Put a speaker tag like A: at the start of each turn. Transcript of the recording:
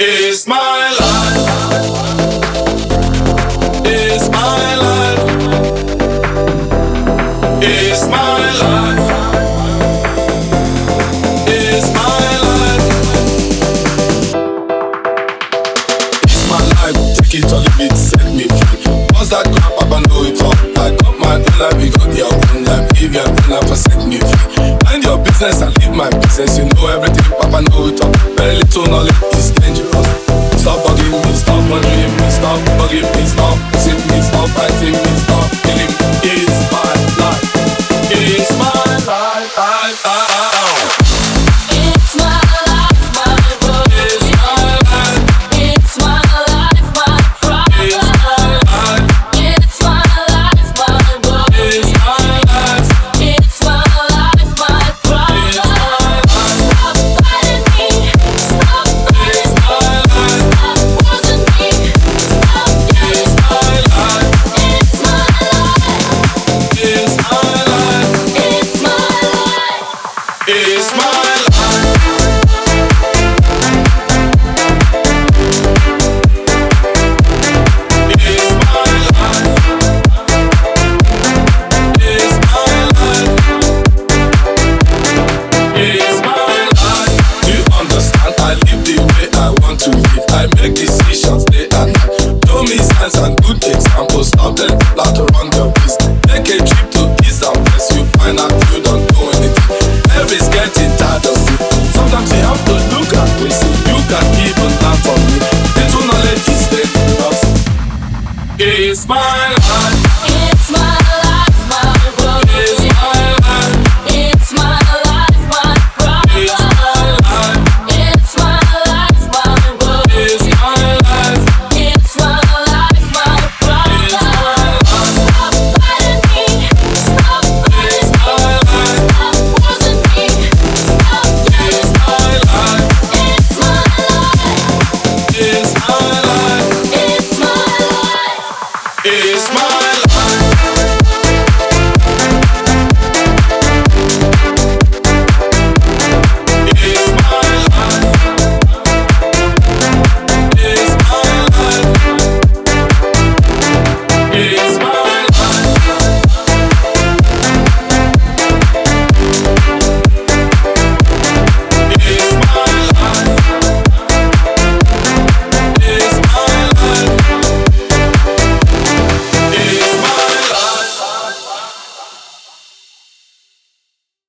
A: It's my life. It's my life. It's my life. It's my life. It's my life. Take it or leave it. Set me free. Once that crap, I know it all. I got my own life, you got your own life. If your own life, I set me free. Mind your business and leave my business. You know everything, Papa know it all. Very little knowledge is dangerous. Stop bugging me, stop wondering me, stop bugging me, stop pushing me, stop fighting me, stop killing me. It's my life. It's my life. life, life, life.
B: It's my life, my world.
A: It's my life.
B: It's my life, my
A: It's my
B: problem.
A: life.
B: It's my life, my world.
A: It's my life.
B: It's my life, my
A: It's my
B: problem.
A: life.
B: Stop fighting me. Stop
A: It's
B: fighting me.
A: my life.
B: Stop forcing me. Stop
A: It's
B: getting.
A: my life.
B: It's my life.
A: It's my life.
B: It's my life.
A: It's my life. It's my life. It's my life. It's my life. Do you understand? I live the way I want to live. I make decisions day and night. Show me signs and good examples. Stop them flat around your waist. Take a trip to East and West. You find out you don't know anything. Every's getting tired of it. Sometimes you have to look at ways. You can even learn from me. Little knowledge is dangerous. It's my life.